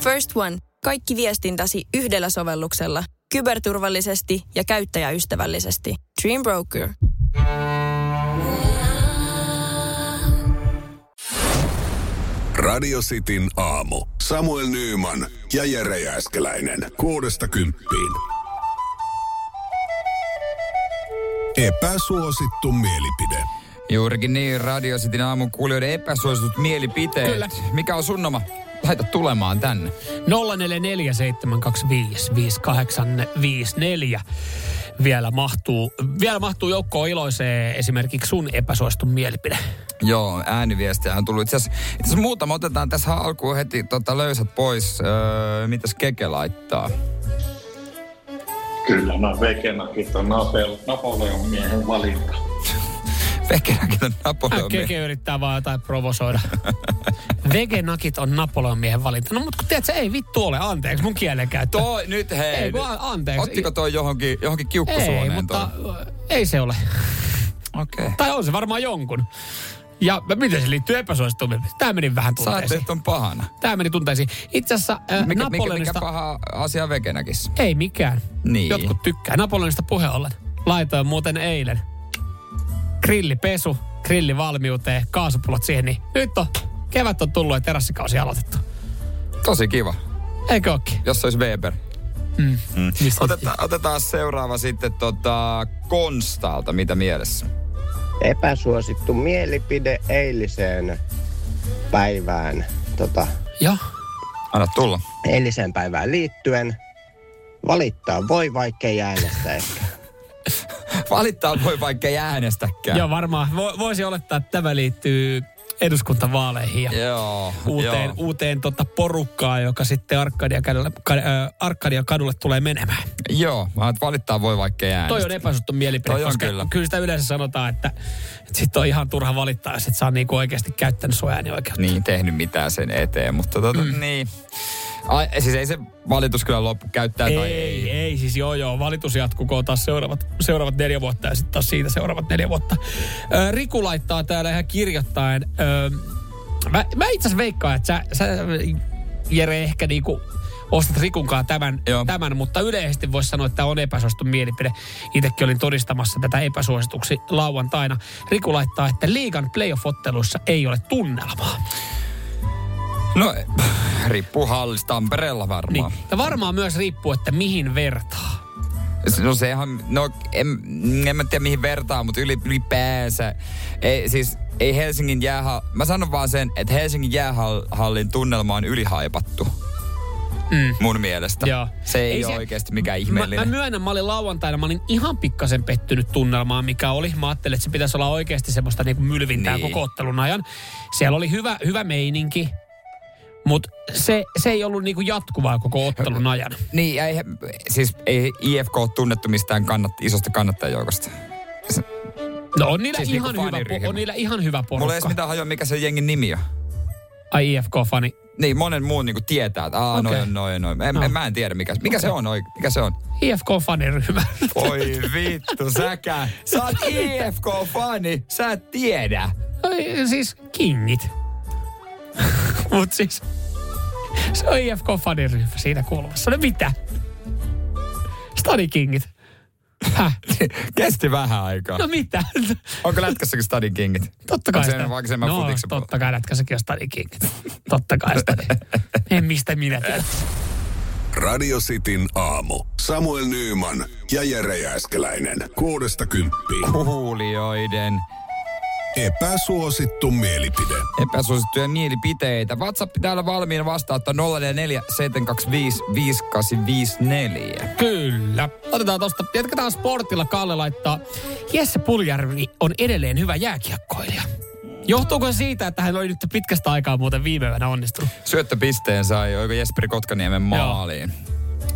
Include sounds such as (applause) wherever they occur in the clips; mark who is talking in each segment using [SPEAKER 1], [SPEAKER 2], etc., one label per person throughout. [SPEAKER 1] First One. Kaikki viestintäsi yhdellä sovelluksella. Kyberturvallisesti ja käyttäjäystävällisesti. Dream Broker.
[SPEAKER 2] Radio Cityn aamu. Samuel Nyyman ja Jere Jääskeläinen. Kuudesta kymppiin. Epäsuosittu mielipide.
[SPEAKER 3] Juurikin niin, Radio Cityn aamun kuulijoiden epäsuositut mielipiteet.
[SPEAKER 4] Kyllä.
[SPEAKER 3] Mikä on sun oma? Laita tulemaan tänne.
[SPEAKER 4] 0447255854. Vielä mahtuu, vielä mahtuu joukkoon iloiseen esimerkiksi sun epäsuostun mielipide.
[SPEAKER 3] Joo, ääniviestiä on tullut. Itse asiassa itse asiassa muutama otetaan tässä alkuun heti tota, löysät pois. Öö, mitäs Keke laittaa?
[SPEAKER 5] Kyllä, no vegenakit on Napel- Napoleon miehen valinta.
[SPEAKER 3] Pekkeräkin on Napoleon.
[SPEAKER 4] Äh, Keke yrittää vaan jotain
[SPEAKER 3] (laughs)
[SPEAKER 4] provosoida. Vegenakit on Napoleon miehen valinta. No mutta kun tiedät, se ei vittu ole. Anteeksi, mun kielen käyttö.
[SPEAKER 3] Toi, nyt hei.
[SPEAKER 4] Ei, kun
[SPEAKER 3] nyt.
[SPEAKER 4] anteeksi.
[SPEAKER 3] Ottiko toi johonkin, johonkin
[SPEAKER 4] ei,
[SPEAKER 3] kiukkusuoneen
[SPEAKER 4] mutta ei se ole.
[SPEAKER 3] Okei. Okay.
[SPEAKER 4] Tai on se varmaan jonkun. Ja miten se liittyy epäsuosittuun? Tämä meni vähän
[SPEAKER 3] Sä ajattelit
[SPEAKER 4] tunteisiin.
[SPEAKER 3] on pahana.
[SPEAKER 4] Tämä meni tunteisiin. Itse asiassa äh,
[SPEAKER 3] Mikä, mikä,
[SPEAKER 4] Napoleonista...
[SPEAKER 3] mikä paha asia Vegenäkissä?
[SPEAKER 4] Ei mikään.
[SPEAKER 3] Niin.
[SPEAKER 4] Jotkut tykkää. Napoleonista puheen ollen. Laitoin muuten eilen. Grillipesu, grillivalmiuteen, kaasupullot siihen, niin nyt on, kevät on tullut ja terassikausi aloitettu.
[SPEAKER 3] Tosi kiva.
[SPEAKER 4] Eikö ookin?
[SPEAKER 3] Jos se olisi Weber.
[SPEAKER 4] Mistä-
[SPEAKER 3] Mm. Otetaan, otetaan seuraava sitten tota Konstalta, mitä mielessä.
[SPEAKER 6] epäsuosittu mielipide eiliseen päivään, tota,
[SPEAKER 4] Joo.
[SPEAKER 3] Anna tulla.
[SPEAKER 6] eiliseen päivään liittyen. Valittaa voi, vaikkei äänestä ehkä.
[SPEAKER 3] Valittaa voi vaikka ei äänestäkään.
[SPEAKER 4] Joo, varmaan. Vo, voisi olettaa, että tämä liittyy eduskuntavaaleihin ja
[SPEAKER 3] Joo.
[SPEAKER 4] uuteen,
[SPEAKER 3] joo.
[SPEAKER 4] uuteen tota porukkaan, joka sitten Arkadia, kadulle, ka, ö, Arkadia kadulle tulee menemään.
[SPEAKER 3] Joo, mä oon, että valittaa voi vaikka ei
[SPEAKER 4] Toi on
[SPEAKER 3] äänestä.
[SPEAKER 4] epäsuttu mielipide,
[SPEAKER 3] Toi on
[SPEAKER 4] koska
[SPEAKER 3] kyllä.
[SPEAKER 4] kyllä. sitä yleensä sanotaan, että, että sit on ihan turha valittaa, jos et saa niinku oikeasti käyttänyt sua äänioikeutta.
[SPEAKER 3] Niin, tehnyt mitään sen eteen, mutta tota, mm. niin. Ai, siis ei se valitus kyllä loppu käyttää
[SPEAKER 4] Ei,
[SPEAKER 3] tai
[SPEAKER 4] ei, ei, siis joo joo, valitus jatkukoon taas seuraavat, seuraavat neljä vuotta ja sitten taas siitä seuraavat neljä vuotta. Ö, Riku laittaa täällä ihan kirjoittaen. Ö, mä mä itse asiassa veikkaan, että sä, sä Jere ehkä niinku ostat Rikunkaan tämän,
[SPEAKER 3] Joo.
[SPEAKER 4] tämän, mutta yleisesti voisi sanoa, että tämä on epäsuosittu mielipide. Itsekin olin todistamassa tätä epäsuosituksi lauantaina. Riku laittaa, että liigan playoff-otteluissa ei ole tunnelmaa.
[SPEAKER 3] No, riippuu hallista Tampereella varmaan.
[SPEAKER 4] Niin. Ja varmaan myös riippuu, että mihin vertaa.
[SPEAKER 3] No sehän, no en, en mä tiedä mihin vertaa, mutta yli, ylipäänsä. Ei, siis ei Helsingin jäähall... Mä sanon vaan sen, että Helsingin jäähallin tunnelma on ylihaipattu. Mm. Mun mielestä.
[SPEAKER 4] Joo.
[SPEAKER 3] Se ei, ei
[SPEAKER 4] Ei
[SPEAKER 3] ole
[SPEAKER 4] se-
[SPEAKER 3] oikeasti mikään
[SPEAKER 4] Mä,
[SPEAKER 3] ihmeellinen.
[SPEAKER 4] mä myönnän, mä olin lauantaina, mä olin ihan pikkasen pettynyt tunnelmaan, mikä oli. Mä ajattelin, että se pitäisi olla oikeasti semmoista niin mylvintää
[SPEAKER 3] Niin.
[SPEAKER 4] niin. koko ottelun ajan. Siellä oli hyvä, hyvä meininki, mutta se, se ei ollut niin kuin jatkuvaa koko ottelun ajan.
[SPEAKER 3] Niin, ja ei, siis ei IFK ole tunnettu mistään kannat, isosta kannattajajoukosta. Se-
[SPEAKER 4] No on niillä,
[SPEAKER 3] Siis
[SPEAKER 4] siis
[SPEAKER 3] niinku
[SPEAKER 4] ihan, hyvä,
[SPEAKER 3] faniryhmä.
[SPEAKER 4] po- on niillä ihan hyvä
[SPEAKER 3] Mulla ei
[SPEAKER 4] porukka.
[SPEAKER 3] edes mitään hajoa, mikä se jengin nimi on.
[SPEAKER 4] Ai IFK-fani.
[SPEAKER 3] Niin, monen muun niinku tietää, että aah, okay.
[SPEAKER 4] Okei.
[SPEAKER 3] noin, noin, noin. En, no.
[SPEAKER 4] No.
[SPEAKER 3] mä en tiedä, mikä, mikä okay. se on oikein. Mikä se on?
[SPEAKER 4] IFK-faniryhmä.
[SPEAKER 3] Voi vittu, säkä. Sä oot IFK-fani, sä et tiedä.
[SPEAKER 4] Ai, siis kingit. (laughs) Mut siis se on IFK-faniryhmä siinä kulmassa. No mitä? Stadi kingit. Häh?
[SPEAKER 3] Kesti vähän aikaa.
[SPEAKER 4] No mitä?
[SPEAKER 3] Onko lätkässäkin Stadin Kingit?
[SPEAKER 4] Totta kai
[SPEAKER 3] Onko se vaikka semmoinen
[SPEAKER 4] No,
[SPEAKER 3] futiksen puolella?
[SPEAKER 4] totta kai lätkässäkin on stadi kingit. Totta kai stadi. En mistä minä tiedän.
[SPEAKER 2] Radio Cityn aamu. Samuel Nyyman ja Jere Jääskeläinen. Kuudesta kymppiin.
[SPEAKER 3] Kuulijoiden
[SPEAKER 2] Epäsuosittu mielipide.
[SPEAKER 3] epäsuosittuja mielipiteitä. WhatsApp täällä valmiina vastaanottaa 044 725 5854.
[SPEAKER 4] Kyllä. Otetaan tosta. Jatketaan sportilla. Kalle laittaa. Jesse Puljärvi on edelleen hyvä jääkiekkoilija. Johtuuko se siitä, että hän oli nyt pitkästä aikaa muuten viime yönä onnistunut?
[SPEAKER 3] syöttöpisteen sai, oiko Jesperi Kotkaniemen maaliin.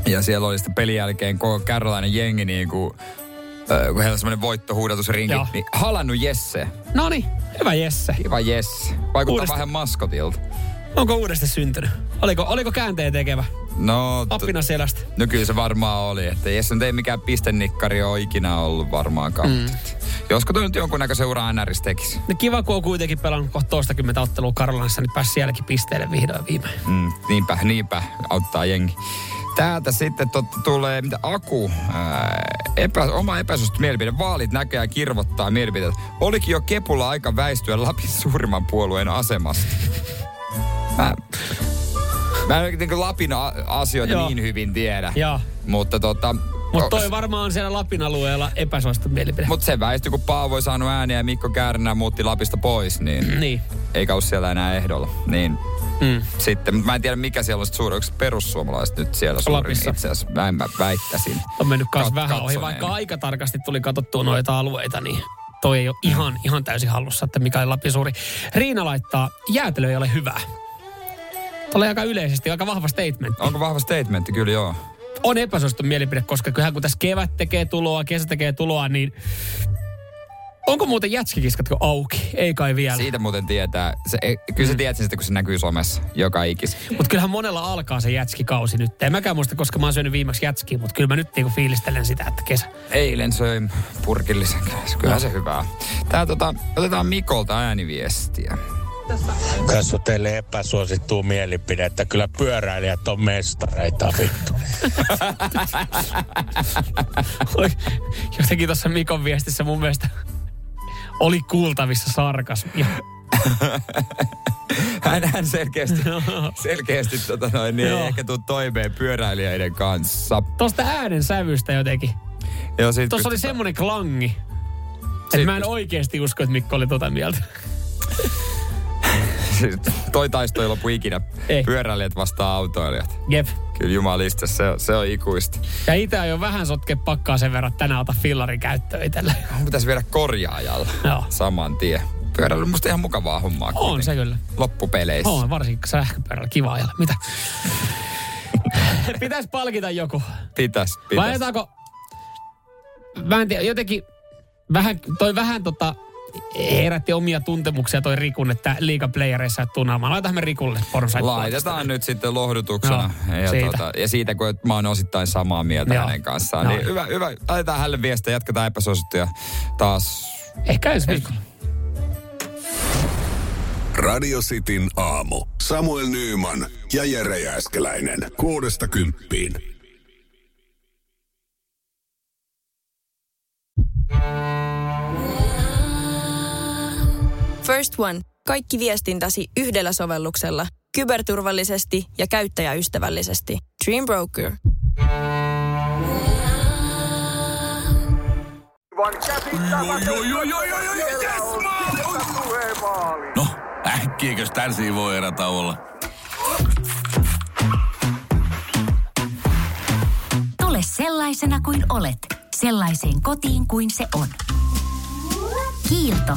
[SPEAKER 3] Ja siellä oli sitten pelin jälkeen koko kärläinen jengi niin kuin, äh, kun heillä on semmoinen voittohuudatusrinki,
[SPEAKER 4] Joo.
[SPEAKER 3] niin halannut Jesse.
[SPEAKER 4] No niin, hyvä Jesse.
[SPEAKER 3] Kiva Jesse. Vaikuttaa
[SPEAKER 4] Uudesta-
[SPEAKER 3] vähän maskotilta.
[SPEAKER 4] Onko uudesti syntynyt? Oliko, oliko käänteen tekevä?
[SPEAKER 3] No, t-
[SPEAKER 4] Apina selästä.
[SPEAKER 3] no kyllä se varmaan oli. Että Jesse nyt ei mikään pistennikkari ole ikinä ollut varmaankaan. Mm. Josko toi nyt jonkunnäköisen ura NRS tekisi.
[SPEAKER 4] No kiva, kun on kuitenkin pelannut kohta toistakymmentä ottelua Karolanssa, niin pääsi sielläkin pisteelle vihdoin viimein.
[SPEAKER 3] Mm, niinpä, niinpä, auttaa jengi. Täältä sitten totta tulee, mitä Aku, ää, epä, oma epäsuosittu mielipide. Vaalit näköjään kirvottaa mielipiteet. Olikin jo Kepulla aika väistyä Lapin suurimman puolueen asemasta. Mä, mä en niin Lapin a- asioita
[SPEAKER 4] Joo.
[SPEAKER 3] Joo. niin hyvin tiedä.
[SPEAKER 4] Joo.
[SPEAKER 3] Mutta tota...
[SPEAKER 4] Mutta toi varmaan on siellä Lapin alueella epäsuosittu mielipide.
[SPEAKER 3] Mut se väistyi, kun Paavo ei saanut ääniä ja Mikko Kärnä muutti Lapista pois, niin
[SPEAKER 4] Niin.
[SPEAKER 3] eikä ole siellä enää ehdolla. Niin
[SPEAKER 4] Mm.
[SPEAKER 3] sitten, mutta mä en tiedä mikä siellä on sit suurin, onko perussuomalaiset nyt siellä suurin
[SPEAKER 4] Lapissa.
[SPEAKER 3] itse asiassa, näin mä väittäisin.
[SPEAKER 4] On mennyt kans
[SPEAKER 3] Kat-
[SPEAKER 4] vähän ohi,
[SPEAKER 3] katsoneen.
[SPEAKER 4] vaikka aika tarkasti tuli katsottua noita alueita, niin toi ei ole ihan, ihan täysin hallussa, että mikä on Lapin suuri. Riina laittaa, jäätelö ei ole hyvää. Tulee aika yleisesti, aika vahva statement.
[SPEAKER 3] Onko vahva statementti? Kyllä joo.
[SPEAKER 4] On epäsuosittu mielipide, koska kyllähän kun tässä kevät tekee tuloa, kesä tekee tuloa, niin onko muuten jätskikiskatko auki? Ei kai vielä.
[SPEAKER 3] Siitä muuten tietää. Se, ei- kyllä
[SPEAKER 4] Mm.
[SPEAKER 3] se tiedät sen sitten, kun se näkyy somessa joka ikis.
[SPEAKER 4] Mutta kyllähän monella alkaa se jätskikausi nyt. En mäkään muista, koska mä oon syönyt viimeksi jätskiä, mutta kyllä mä nyt niinku fiilistelen sitä, että kesä. (laughs)
[SPEAKER 3] Eilen söin purkillisen. Kyllä se hyvää. Tää tota, otetaan Mikolta ääniviestiä.
[SPEAKER 7] Tässä on teille epäsuosittua mielipidettä. Kyllä pyöräilijät on mestareita, vittu.
[SPEAKER 4] Oi, Jotenkin tuossa Mikon viestissä mun mielestä oli kuultavissa sarkasmia.
[SPEAKER 3] Hän, hän
[SPEAKER 4] (laughs)
[SPEAKER 3] selkeästi, selkeästi tota noin, niin
[SPEAKER 4] Joo.
[SPEAKER 3] ei ehkä tuu toimeen pyöräilijöiden kanssa.
[SPEAKER 4] Tuosta äänen sävystä jotenkin.
[SPEAKER 3] Joo, sit
[SPEAKER 4] Tuossa oli
[SPEAKER 3] pystytään- (laughs)
[SPEAKER 4] semmoinen klangi, että
[SPEAKER 3] Sit
[SPEAKER 4] mä en oikeasti usko, että Mikko oli tota mieltä.
[SPEAKER 3] Siis toi taisto ei lopu ikinä.
[SPEAKER 4] Ei.
[SPEAKER 3] Pyöräilijät vastaa autoilijat.
[SPEAKER 4] Jep.
[SPEAKER 3] Kyllä jumalista, se, on- se on ikuista.
[SPEAKER 4] Ja itä jo vähän sotke pakkaa sen verran, että tänään ota fillarin käyttöön itselle.
[SPEAKER 3] Mun pitäisi viedä korjaajalla
[SPEAKER 4] Joo.
[SPEAKER 3] saman tien. Pyöräily on musta ihan mukavaa hommaa.
[SPEAKER 4] On se kyllä.
[SPEAKER 3] Loppupeleissä.
[SPEAKER 4] On, varsinkin sähköpyörällä. Kiva ajalla. Mitä? Pitäis palkita joku.
[SPEAKER 3] Pitäis, pitäis.
[SPEAKER 4] Vai ajetaanko... Mä en tiedä, jotenkin vähän, toi vähän tota, herätti omia tuntemuksia toi Rikun, että liikaplayereissa et tunnaamaan. Laitahan me Rikulle Forsyth
[SPEAKER 3] Laitetaan nyt sitten lohdutuksena.
[SPEAKER 4] Joo,
[SPEAKER 3] ja,
[SPEAKER 4] siitä.
[SPEAKER 3] Tuota, ja siitä, kun mä oon osittain samaa mieltä
[SPEAKER 4] Joo.
[SPEAKER 3] hänen kanssaan.
[SPEAKER 4] Joo.
[SPEAKER 3] Niin hyvä, hyvä. Laitetaan hänelle viestiä, jatketaan epäsuosittuja taas.
[SPEAKER 4] Ehkä ensi viikolla.
[SPEAKER 2] Radio Cityn aamu. Samuel Nyyman ja Jere Jääskeläinen. Kuudesta kymppiin.
[SPEAKER 1] First One. Kaikki viestintäsi yhdellä sovelluksella. Kyberturvallisesti ja käyttäjäystävällisesti. Dream Broker.
[SPEAKER 8] No, äkkiäkös tän voi erätä olla?
[SPEAKER 9] Tule sellaisena kuin olet, sellaiseen kotiin kuin se on. Kiilto.